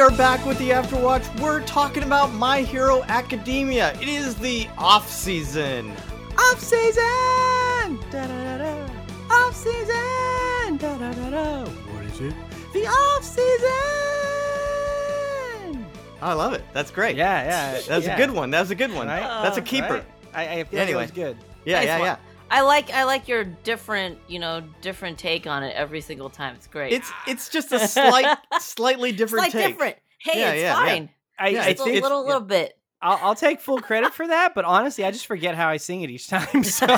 are back with the Afterwatch. We're talking about My Hero Academia. It is the off season. Off season! Da da da da. Off season! Da da da da. What is it? The off season! I love it. That's great. Yeah, yeah. That's a good one. That's a good one. Right? That's a Oh, keeper. I, I feel Anyway. like it was good. Yeah, Nice yeah, one. yeah. I like I like your different you know different take on it every single time. It's great. It's it's just a slight, slightly different like take. different. Hey, Yeah, it's yeah, yeah. fine. I, Yeah, I It's it's- a think little yeah. little bit. I'll, I'll take full credit for that, but honestly, I just forget how I sing it each time. So Oh,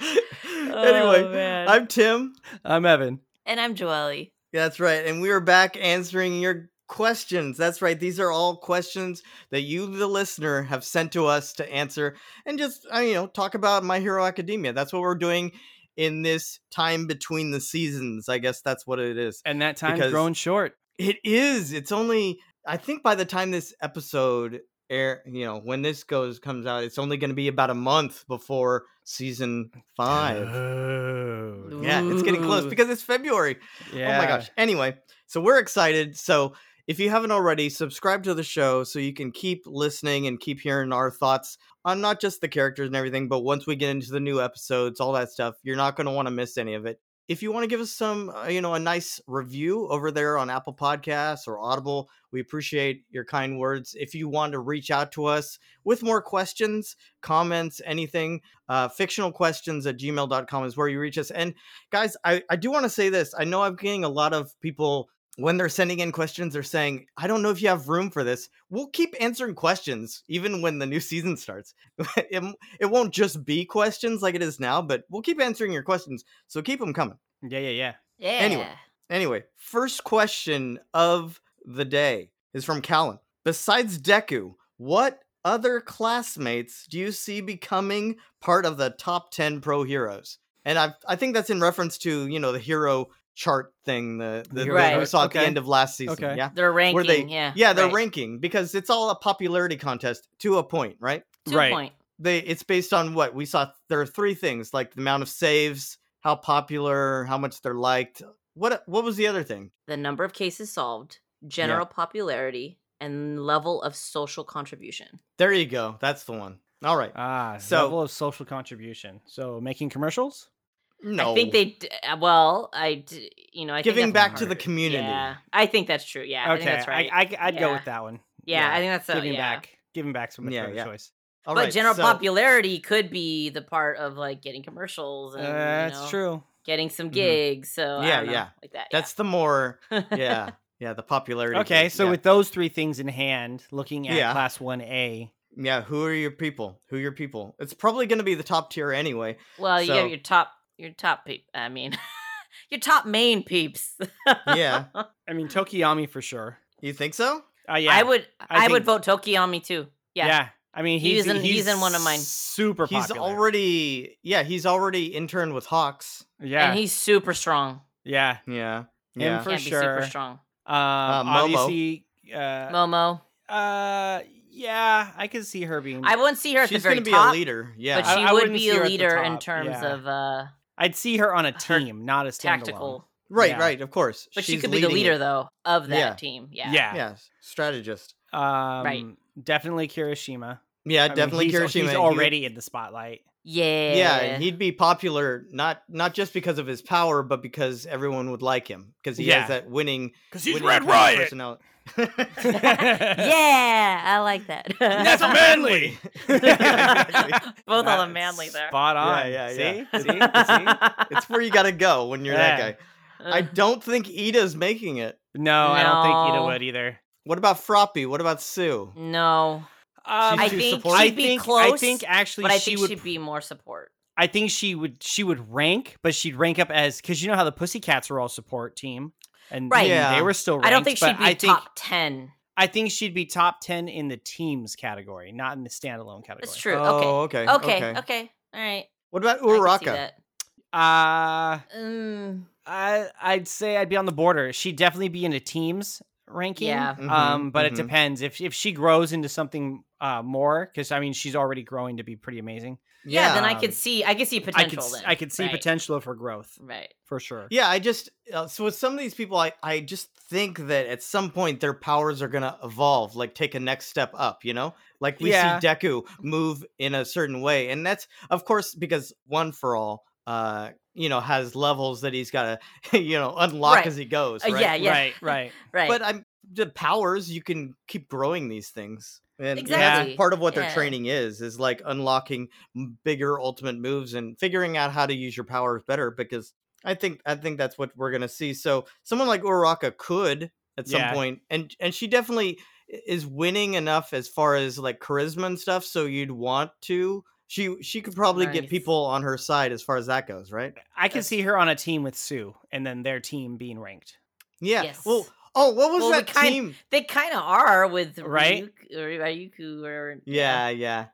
anyway, man. I'm Tim. I'm Evan. and I'm Joelle. That's right. And we are back answering your questions. That's right. These are all questions that you, the listener, have sent to us to answer and just, uh, you know, talk about My Hero Academia. That's what we're doing in this time between the seasons. I guess that's what it is. And that time's Because- grown short. It is. It's only, I think by the time this episode air you know when this goes comes out it's only going to be about a month before season five Oh, yeah it's getting close Ooh. because it's february yeah. Oh my gosh. Anyway, so we're excited. So if you haven't already, subscribe to the show so you can keep listening and keep hearing our thoughts on not just the characters and everything, but once we get into the new episodes, all that stuff, you're not going to want to miss any of it. If you want to give us some, uh, you know, a nice review over there on Apple Podcasts or Audible, we appreciate your kind words. If you want to reach out to us with more questions, comments, anything, uh, fictional questions at gmail.com is where you reach us. And guys i, I do want to say this i know i'm getting a lot of people when they're sending in questions they're saying i don't know if you have room for this we'll keep answering questions even when the new season starts it, it won't just be questions like it is now but we'll keep answering your questions so keep them coming Yeah, yeah, yeah. Yeah. Anyway. anyway first question of the day is from callan besides deku what other classmates do you see becoming part of the top 10 pro heroes and i i think that's in reference to you know the hero chart thing the, The the hero that we chart, saw at the okay. end of last season Okay. yeah They're ranking. Where they- yeah. yeah they're right. ranking because it's all a popularity contest to a point right Two Right. point. they it's based on what we saw there are three things like the amount of saves how popular how much they're liked what what was the other thing The number of cases solved, general popularity, and level of social contribution. there you go that's the one all right Ah, So- level of social contribution. So making commercials? no I think they. d- uh, Well, I. d- You know, I think giving that's back to the harder. community Yeah, I think that's true. Yeah, I think that's right. I, I, would go Yeah. with that one. yeah, I think that's a, giving yeah. back, giving back's a much Yeah, better yeah. choice. All but right, general so- popularity could be the part of like getting commercials and you Uh, That's know, true. getting some Mhm. gigs. So I Yeah, don't know, yeah. like that. that's the more yeah. yeah yeah the popularity Okay, group, so yeah. with those three things in hand, looking at Yeah. class one A, yeah who are your people who are your people it's probably going to be the top tier anyway well, you So- have your top, your top peep. I mean, your top main peeps. yeah I mean Tokiyami for sure. you think so Uh, yeah, I would, I, would think- vote Tokiyami too. Yeah. Yeah. I mean He he's was in- he's in one of mine. Super he's popular. already yeah he's already interned with hawks yeah, and he's super strong. yeah. yeah yeah For Can't be sure. super strong. Um, Uh, Momo. obviously, uh, Momo, uh, yeah, I could see her being. I wouldn't see her at she's the very gonna be top, a leader yeah but I- she I would wouldn't be see a her at the leader in top, terms yeah. of uh, I'd see her on a her team, not a standalone. tactical. right yeah. right of course But she She's could be the leading leader it. though of that Yeah. team. Yeah. Yeah. yeah strategist Um, Right. Uh, Definitely Kirishima. yeah I mean, definitely he's, Kirishima. He's He- already in the spotlight. Yeah. yeah he'd be popular not not just because of his power but because everyone would like him because he Yeah. has that winning Because winning kind of personality. yeah, I like that. That's a manly. Exactly. Both of them manly there. Uh, Spot on. Yeah, See? yeah, See? See? it's where you gotta go when you're that Yeah. guy i Uh-huh. don't think ida's making it No, I don't think Ida No. would either. what about froppy what about sue no, Um, I too think supportive. I she'd be think- close, I think actually but I she think would. she'd be more support. I think she would. She would rank, but she'd rank up as because you know how the Pussycats were all support team, and Right. Yeah. they were still. Ranked, I don't think but she'd be I think, top ten. I think she'd be top ten in the teams category, not in the standalone category. That's true. oh okay okay. Okay. Okay. All right. what about I can see uraka that. Uh Mm, I I'd say I'd be on the border. She'd definitely be into teams. ranking. Yeah. Mhm, Um, but mhm. it depends if if she grows into something uh more because I mean she's already growing to be pretty amazing. Yeah, then I um, could see I could see I could potential s- then. I could see Right. potential of her growth Right. for sure. Yeah, I just uh, so with some of these people, I I just think that at some point their powers are gonna evolve, like take a next step up. You know, like we Yeah. see Deku move in a certain way, and that's of course because One for All, uh, you know, has levels that he's gotta you know unlock Right. as he goes. Uh, Right? yeah, yeah. Right. Right. Right. But I'm the powers you can keep growing these things. And Exactly. that's part of what their Yeah. training is is like unlocking m- bigger ultimate moves and figuring out how to use your powers better because I think I think that's what we're going to see. So someone like Uraka could at some Yeah. point, and and she definitely i- is winning enough as far as like charisma and stuff so you'd want to she she could probably get Nice. people on her side as far as that goes, right? I can see her on a team with Sue, and then their team being ranked. Yeah. Yes. Well, oh, what was Well, we that kind- team? they kind of are with Right? Ryuk- or Ryuku or Yeah, yeah.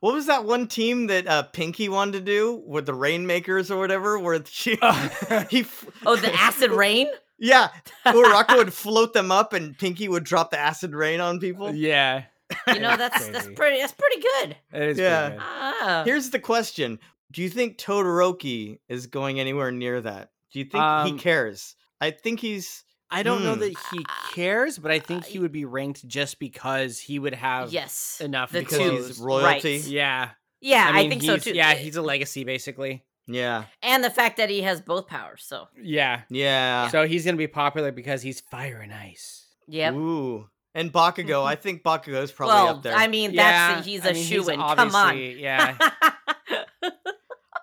What was that one team that uh, Pinky wanted to do with the Rainmakers or whatever? Where she, he, f- Oh, the acid rain. yeah, Uraka would float them up, and Pinky would drop the acid rain on people. yeah. You know that's that's pretty that's pretty good. It is Yeah. pretty good. Ah. Here's the question: Do you think Todoroki is going anywhere near that? Do you think Um, he cares? I think he's. I don't know Hmm. that he cares, but I think he would be ranked just because he would have yes. enough The because two. he's- royalty. Right. yeah. Yeah, I, mean, think so he's- too. Yeah, he's a legacy basically. Yeah, and the fact that he has both powers. So Yeah. yeah. So he's gonna be popular because he's fire and ice. yep. Mm-hmm. Ooh, and Bakugo. I think Bakugo is probably well, up there. I mean, that's he's a I mean, shoe in. Come on. obviously- Yeah.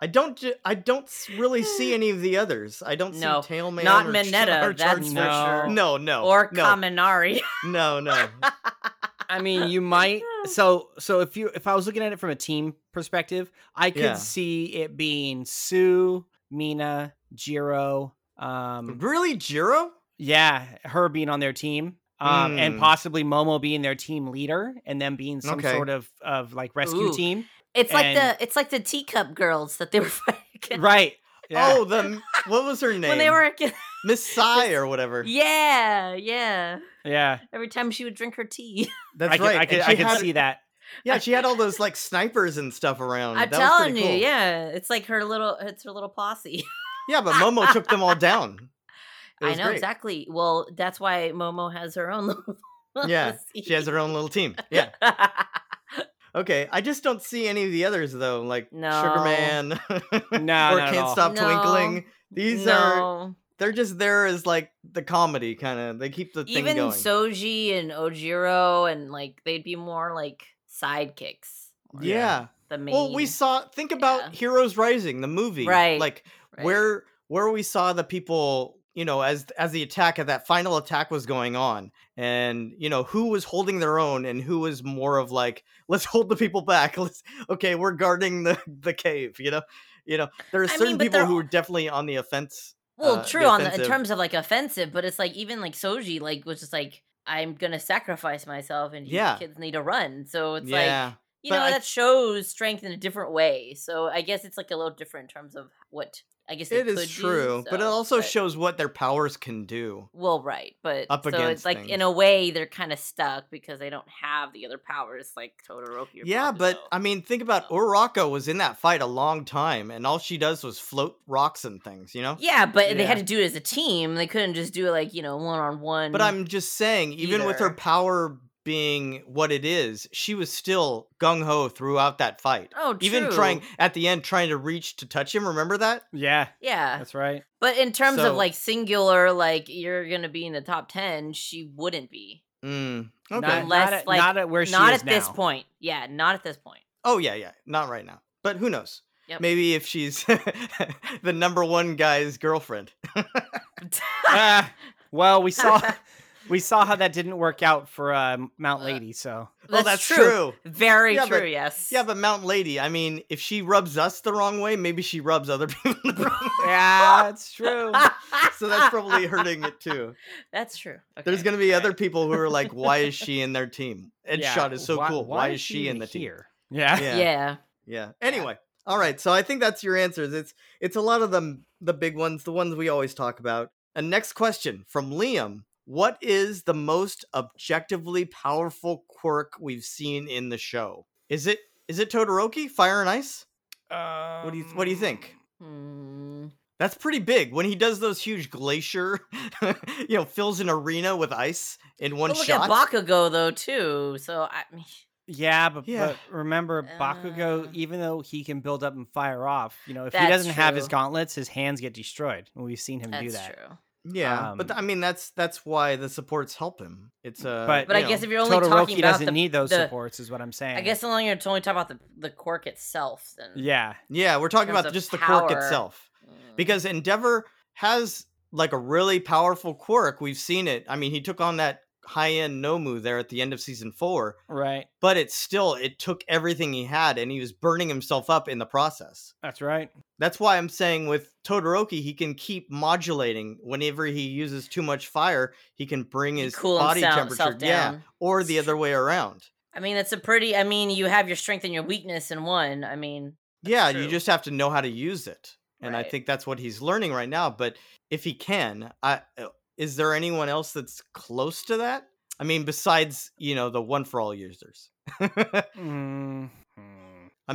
I don't. Ju- I don't s- really see any of the others. I don't No, see Tailman. not or Char- Mineta, or that's for Charmander. sure. No, no, or no, Kaminari. No, no. I mean, you might. So, so if you if I was looking at it from a team perspective, I could Yeah. see it being Sue, Mina, Jiro. Um, really, Jiro? yeah, her being on their team, um, and Mm. possibly Momo being their team leader, and them being some Okay. sort of of like rescue Ooh. team. It's like And- the it's like the teacup girls that they were fucking Right. Yeah. Oh, the what was her name? when they were a kid. Miss Sai or whatever. yeah yeah. Yeah. Every time she would drink her tea, That's I could, right. I and could, she I could had- see that. Yeah, she had all those like snipers and stuff around. I'm Um, that telling was you, pretty cool. yeah, it's like her little it's her little posse. Yeah, but Momo took them all down. It I was know great. exactly. Well, that's why Momo has her own little. Yeah, posse. She has her own little team. Yeah. Okay. I just don't see any of the others though, like Sugar No. Man No, or not at Can't all. Stop No. Twinkling. These are no, they're just there as like the comedy kind of. They keep the thing even going. Soji and Ojiro, and like they'd be more like sidekicks. or yeah. the main. Well, we saw. Think about Yeah. Heroes Rising, the movie. Right, Like right. where where we saw the people. You know, as as the attack of that final attack was going on, and you know who was holding their own, and who was more of like, let's hold the people back. Let's okay, we're guarding the the cave. You know, you know there are I mean, certain but people they're who all- are definitely on the offense. Well, uh, true on the, in defensive. terms of like offensive, but it's like even like Soji like was just like I'm gonna sacrifice myself, and these Yeah. kids need to run. So it's yeah, like you but know I- that shows strength in a different way. So I guess it's like a little different in terms of what I guess they it is could do, true, but it so- also but- shows what their powers can do. Well, right, but up so against it's like in things. a way they're kind of stuck because they don't have the other powers like Todoroki. Or Yeah, Bakugo. but I mean, think about So- Uraka was in that fight a long time, and all she does was float rocks and things, you know. yeah, but they Yeah. had to do it as a team. They couldn't just do it like you know one on one. But I'm just saying, even with her either. power being what it is, she was still gung ho throughout that fight. oh, true. Even trying at the end, trying to reach to touch him. Remember that? Yeah, Yeah, that's right. but in terms So- of like singular, like you're gonna be in the top ten, she wouldn't be. Mm. Okay. Not- Not, Unless, at, like, not at where she not is at this now. point. Yeah, not at this point. oh yeah, yeah. Not right now. But who knows? Yep. Maybe if she's the number one guy's girlfriend. Ah, well, we saw we saw how that didn't work out for uh, Mount Uh, Lady. So oh, that's true. Very Yeah, true. but- yes. Yeah, but Mountain Lady, I mean, if she rubs us the wrong way, maybe she rubs other people the wrong way. yeah, it's true. So that's probably hurting it too. That's true. There's Okay, going to be all other right. people who are like, why is she in their team? Ed Yeah, Shot is so why- cool. Why, is she in even the here? Yeah. team? Yeah, yeah. yeah. Anyway, all right. So I think that's your answers. It's it's a lot of them, the big ones, the ones we always talk about. And next question from Liam. What is the most objectively powerful quirk we've seen in the show? Is it is it Todoroki, Fire and Ice? Um, What do you what do you think? Hmm. That's pretty big. When he does those huge glacier, you know, fills an arena with ice in one But look shot. at Bakugo though too. So I mean, Yeah, but, Yeah. but remember Bakugo, Uh. even though he can build up and fire off, you know, if he That's doesn't have his true. gauntlets, his hands get destroyed. And we've seen him that's do that. true. yeah, but um, th- I mean that's that's why the supports help him. It's uh, But- But you I guess know, if you're only talking Todoroki about doesn't the, need those the- supports, is what I'm saying. I guess as long as you're only talking about the the quirk itself, then Yeah. yeah, we're talking terms about of just the quirk power, itself. Mm. because Endeavor has like a really powerful quirk. We've seen it. I mean, he took on that high end Nomu there at the end of season four, Right. but it still it took everything he had, and he was burning himself up in the process. That's right. That's why I'm saying with Todoroki, he can keep modulating. Whenever he uses too much fire, he can bring You his cool body himself- temperature self yeah, down. or the other way around. I mean, that's a pretty. I mean, you have your strength and your weakness in one. I mean, yeah, you true. just have to know how to use it. And I Right. think that's what he's learning right now. But if he can, I, uh, is there anyone else that's close to that? I mean, besides, you know, the one for all users. I'm Mm.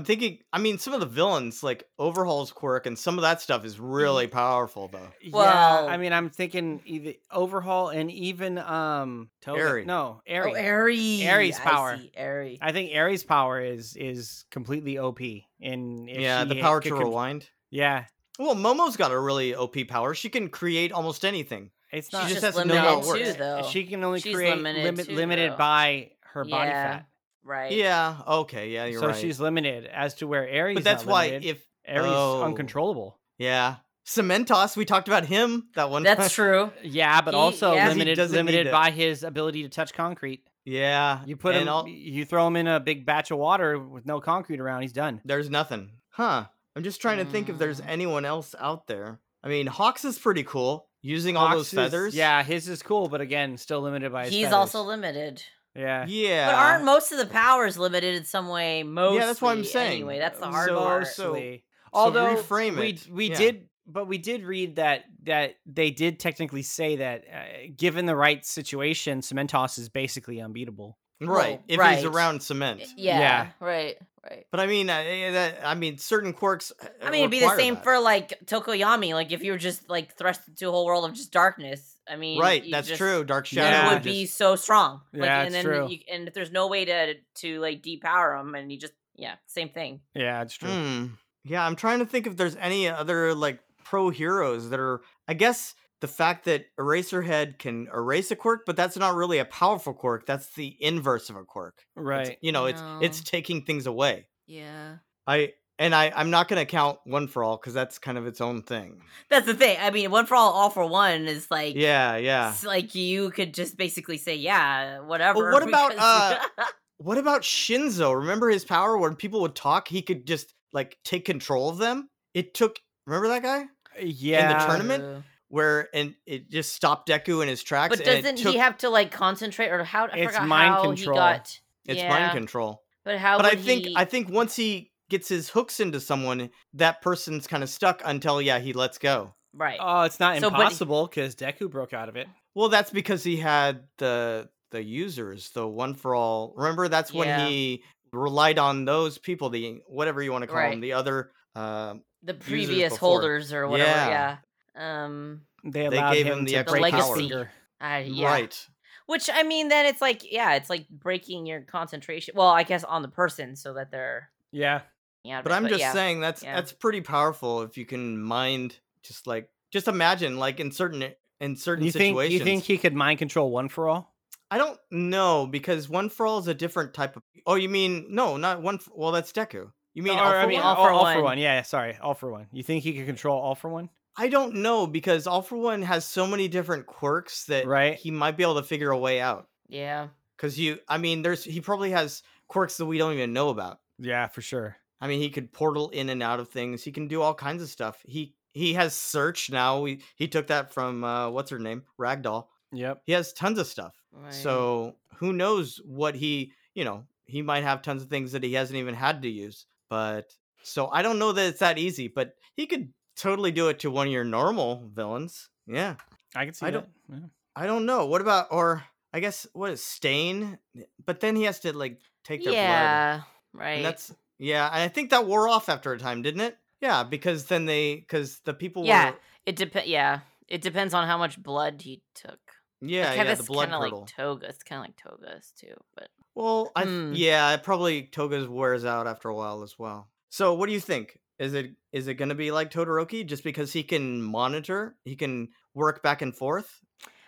thinking, I mean, some of the villains, like Overhaul's quirk and some of that stuff Mm-hmm. is really powerful, though. yeah, Well- I mean, I'm thinking either overhaul and even um, Toga- Aerie. No, Airy. oh, Aries, Aries power. Aries. I think Aries' power is is completely OP. In if yeah, she the ha- power could to con- rewind. Yeah, Well, Momo's got a really OP power. She can create almost anything. it's She not just just, has to know limited how it too, works. though. She can only She's create limited limit, too, limited though. by her body Yeah, fat. right. Yeah, okay, yeah, Uh, you're so right. she's limited as to where Aries. but that's why if, Aries oh. uncontrollable. yeah. Cementos, we talked about him that one time. that's true. Yeah, but He- also yeah. He limited doesn't need limited to- by his ability to touch concrete. Yeah, You put and him, all- you throw him in a big batch of water with no concrete around. He's done. there's nothing, huh? I'm just trying to think if there's Mm. anyone else out there. I mean, Hawks is pretty cool using all Ox those is- feathers. yeah, his is cool, but again, still limited by. His He's feathers. also limited. yeah. yeah. But aren't most of the powers limited in some way? Mostly, Yeah, that's what I'm saying. Anyway, that's the Um, hard so- part. so- Mostly. so Although reframe we it. we Yeah. did, but we did read that that they did technically say that uh, given the right situation, Cementos is basically unbeatable. right Oh, if he's right. around cement. yeah, Yeah. Right. Right. But I mean, I, that, I mean, certain quirks. uh, I mean, it'd be the require same that. for like Tokoyami. Like if you were just like thrust into a whole world of just darkness. I mean, right. you That's just- true. Dark Yeah. shadow Then it Yeah. would be so strong. Like, Yeah, and it's then true. You, and if there's no way to to like depower him, and you just yeah, same thing. Yeah, it's true. Hmm. Yeah, I'm trying to think if there's any other like pro heroes that are. I guess the fact that Eraserhead can erase a quirk, but that's not really a powerful quirk. That's the inverse of a quirk. It's- Right. you know, it's it's No. taking things away. Yeah, I and I I'm not going to count one for all because that's kind of its own thing. that's the thing. I mean, one for all, all for one is like Yeah, yeah. it's like you could just basically say yeah, whatever. what about, uh, because- What about Shinzo? Remember his power when people would talk, he could just like take control of them. It took. Remember that guy Yeah. tournament? where and it just stopped Deku in his tracks. But and it doesn't took- he have to like concentrate or how? I It's forgot mind how control. He got, It's yeah, mind control. But how? But I would think he- I think once he gets his hooks into someone, that person's kind of stuck until yeah he lets go. right. uh, Oh, it's not So, but- impossible because Deku broke out of it. Well, that's because he had the the users, the one for all. Remember, that's Yeah. when he relied on those people, the whatever you want to call them, Right. the other. Uh, the users previous before. holders or whatever. Yeah. Yeah. Um. They They allowed gave him, him the to extra break his power. finger. I, yeah. Right. Which I mean, then it's like, yeah, it's like breaking your concentration. Well, I guess on the person, so that they're Yeah. yeah. But I'm just yeah. saying that's yeah. that's pretty powerful if you can mind just like just imagine like in certain in certain You think situations. you think he could mind control one for all? I don't know because one for all is a different type of. Oh, you mean no, not one. For, well, that's Deku. You mean Or, all for I mean, one? all, for, all for one. Yeah, sorry, all for one. You think he could control all for one? I don't know because all for one has so many different quirks that Right. he might be able to figure a way out. Yeah. Because you, I mean, there's he probably has quirks that we don't even know about. Yeah, for sure. I mean, he could portal in and out of things. He can do all kinds of stuff. He he has search now. We he took that from uh, what's her name, Ragdoll. Yep. He has tons of stuff. Right. So who knows what he, you know, he might have tons of things that he hasn't even had to use. But so I don't know that it's that easy, but he could totally do it to one of your normal villains. Yeah. I can see I that. don't- Yeah. I don't know. What about or I guess what is stain? But then he has to like take their blood. yeah, right. And that's yeah, and I think that wore off after a time, didn't it? Yeah, because then they because the people Yeah, were it depends. Yeah, it depends on how much blood he took. yeah, Like, yeah, the that's blood kinda curdle. like toga. It's kind of like togas too, but Well, I th- Hmm. yeah, it probably togas wears out after a while as well. So, what do you think? Is it is it going to be like Todoroki just because he can monitor, he can work back and forth?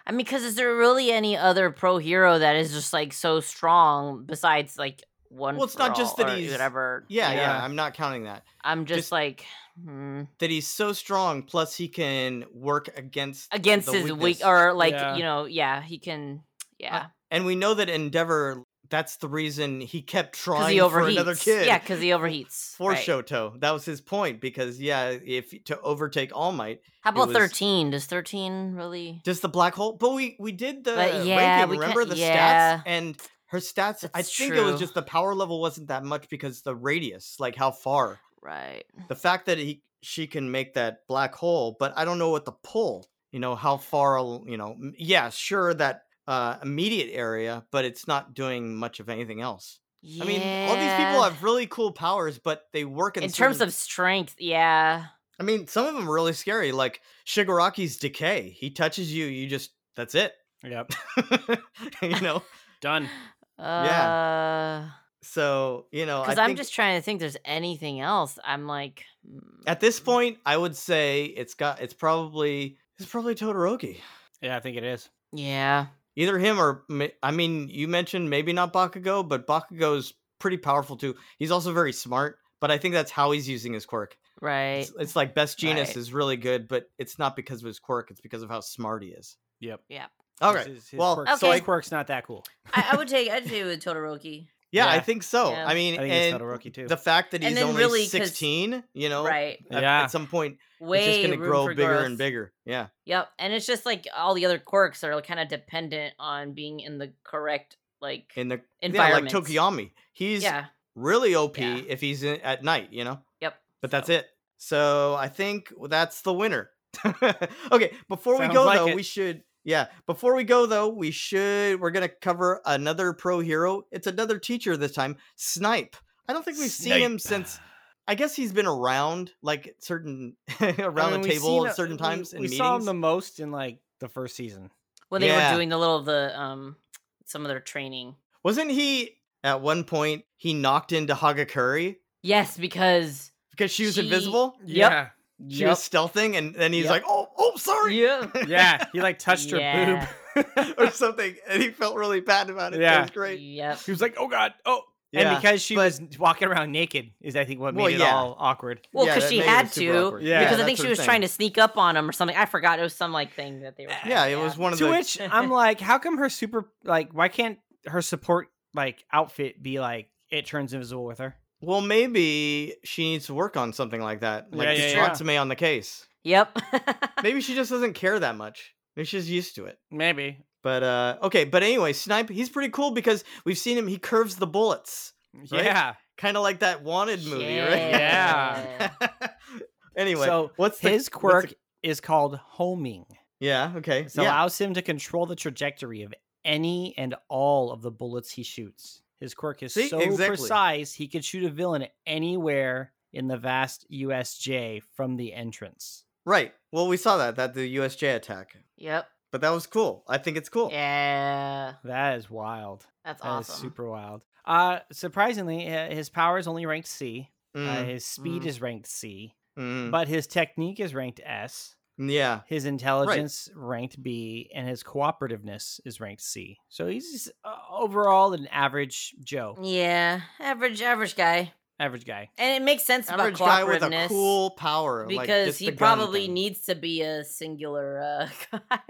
I mean, because is there really any other pro hero that is just like so strong besides like one? Well, it's for not just all that or he's- whatever. Yeah, yeah, Yeah. I'm not counting that. I'm just, just- like hmm, That he's so strong plus he can work against against The his weak weakness. or like Yeah. you know yeah he can yeah and we know that Endeavor that's the reason he kept because trying he for overheats. another kid. Yeah, because he overheats for right. Shoto. That was his point because yeah, if to overtake All Might, How about was- thirteen? Does thirteen really? just the black hole. But we we did the But yeah, we ranking. can't- Remember the yeah. stats and her stats. I That's think it true. was just the power level wasn't that much because the radius, like how far. Right. The fact that he she can make that black hole, but I don't know what the pull. You know how far. al- You know, m- yeah, sure that uh, immediate area, but it's not doing much of anything else. I mean, all these people Yeah. have really cool powers, but they work in, in terms certain- of strength, yeah. I mean, some of them are really scary. Like Shigaraki's decay. He touches you, you just that's it. Yep. you know. Done. Uh, So you know, I Because think I'm just trying to think. There's anything else? I'm like, mm, at this point, I would say it's got it's probably it's probably Todoroki. Yeah, I think it is. yeah, Either him or ma- I mean, you mentioned maybe not Bakugo, but Bakugo's pretty powerful too. He's also very smart, but I think that's how he's using his quirk. right. It's, it's like Best Genius Right. is really good, but it's not because of his quirk; it's because of how smart he is. Yep. All His- right. His, his well, quirk's, Okay. his quirk's not that cool. I, I would take. I'd take it with Todoroki. Yeah, I Yeah. think so. Yeah. I mean, I think and it's Todoroki too. the fact that And he's then only really, 'cause- 16 you know Right. at, Yeah. at some point Way it's just going to room grow for bigger growth. and bigger yeah Yep. And it's just like all the other quirks are kind of dependent on being in the correct like in the yeah, like environment. tokiyami he's Yeah. really op Yeah. if he's in, at night you know Yep. but that's it so i think that's the winner okay before Sounds we go like though it. we should yeah before we go though we should we're going to cover another pro hero it's another teacher this time snipe i don't think we've seen him Snape. since I guess he's been around like certain around I mean, the we've table seen at a- certain we- times We, in meetings. saw him the most in like the first season. When they Yeah. were doing the little of the um some of their training. Wasn't he at one point he knocked into Hagakuri Yes, because because she was She- invisible? Yep. She was stealthing and then he's Yep. like, "Oh, oh, sorry." Yep. Yeah. Yeah. He like touched Yeah. her boob. or something and he felt really bad about it. That Yeah. was great. Yep. He was like, "Oh God, oh!" Yeah. and because she was walking around naked is, I think, what made Well, it yeah. all awkward. Well, Yeah, because that she made it had super to. awkward. Yeah. because I that's think her she was thing. trying to sneak up on him or something. I forgot it was some like thing that they were. trying Yeah, to- it was one of To the which I'm like, "How come her super like? Why can't her support like outfit be like it turns invisible with her?" Well, maybe she needs to work on something like that. Like Yeah, yeah, yeah, yeah. on the case. Yep. Maybe she just doesn't care that much. Maybe she's used to it. Maybe. But uh okay, but anyway, Snipe, he's pretty cool because we've seen him he curves the bullets. Right? Yeah. Kind of like that wanted movie, right? Yeah. anyway, So what's the- His what's the- quirk is called homing, yeah. Okay. so yeah. allows him to control the trajectory of any and all of the bullets he shoots. His quirk is See? so Exactly. precise he could shoot a villain anywhere in the vast USJ from the entrance. right. Well, we saw that that the USJ attack, yep. but that was cool. I think it's cool. Yeah. That is wild. That's That is awesome. super wild. Uh, surprisingly, hi- his power is only ranked C. Uh, Mm, his speed mm. is ranked C, mm, but his technique is ranked S. yeah. His intelligence ranked B, and his cooperativeness is ranked C. So he's uh, overall an average Mm. Joe, Yeah, average average guy, average guy. and it makes sense Average about guy with a cooperativeness cool power, like because just he the gun probably thing. needs to be a singular uh, guy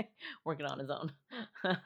working on his own.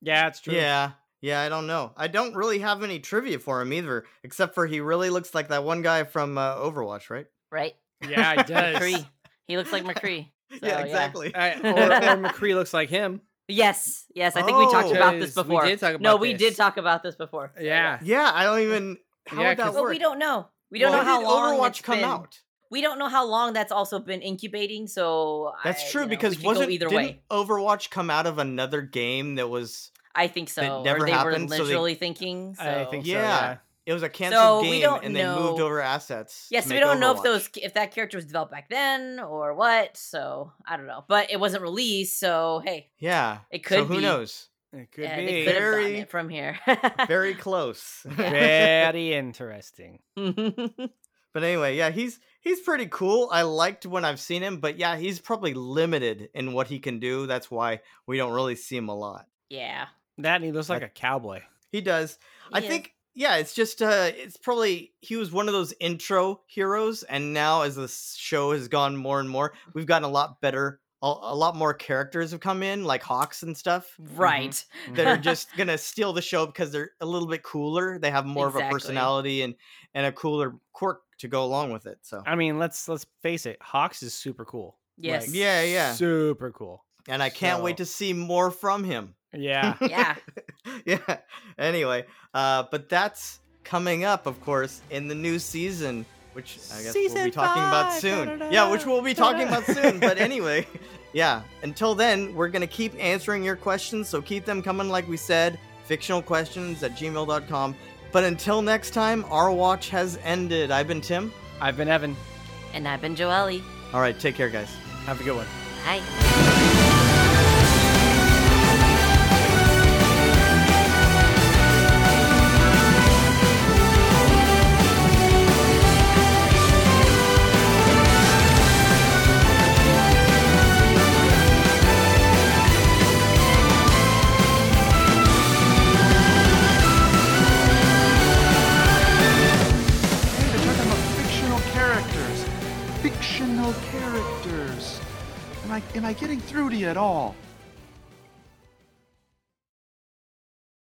Yeah, it's true. Yeah. Yeah, I don't know. I don't really have any trivia for him either, except for he really looks like that one guy from uh, Overwatch, right? right, yeah, he does. McCree. He looks like McCree. So, yeah. exactly. I, or, or McCree looks like him. Yes, yes. I think we Oh. talked about this Because we before. did talk no, about we this. did talk about this before. Yeah. Yeah, I don't even. How Yeah, would that 'cause- Well, work? we don't know. We don't When know how did long Overwatch it's come been. out. we don't know how long that's also been incubating. So That's I- true you know, we because could go wasn't either didn't way. Overwatch come out of another game that was I think so. never or they happened, were so they- literally thinking. So. I think so, Yeah. yeah. it was a So, canceled we game don't and they moved know- over assets. to Yes, we make don't know if Overwatch. those if that character was developed back then or what. So I don't know, but it wasn't released. So hey, Yeah. It So could who be. knows? It could uh, they be could have gotten Very- it from here. Very close. very interesting. But anyway, yeah, he's he's pretty cool. I liked when I've seen him, but yeah, he's probably limited in what he can do. That's why we don't really see him a lot. yeah, That and he looks like a cowboy. He does. I Yeah. think yeah, it's just uh it's probably he was one of those intro heroes and now as the s- show has gone more and more, we've gotten a lot better a, a lot more characters have come in like Hawks and stuff right. Mm-hmm. that are just going to steal the show because they're a little bit cooler. They have more of a Exactly. personality and and a cooler quirk to go along with it. So I mean, let's let's face it. Hawks is super cool. Yes. Yeah, yeah. Super cool. and I can't wait So- to see more from him. Yeah. yeah. yeah. Anyway, uh, but that's coming up, of course, in the new season, which I guess we'll Season be talking about five, soon. da-da-da, yeah, which we'll be talking about da-da. soon. But anyway, yeah. Until then, we're gonna keep answering your questions, so keep them coming. Like we said, fictional questions at gmail.com. But until next time, our watch has ended. I've been Tim. I've been Evan. And I've been Joelle. All right, take care, guys. Have a good one. Hi. Hey, they're talking about fictional characters. Fictional characters. Am I am I getting through to you at all?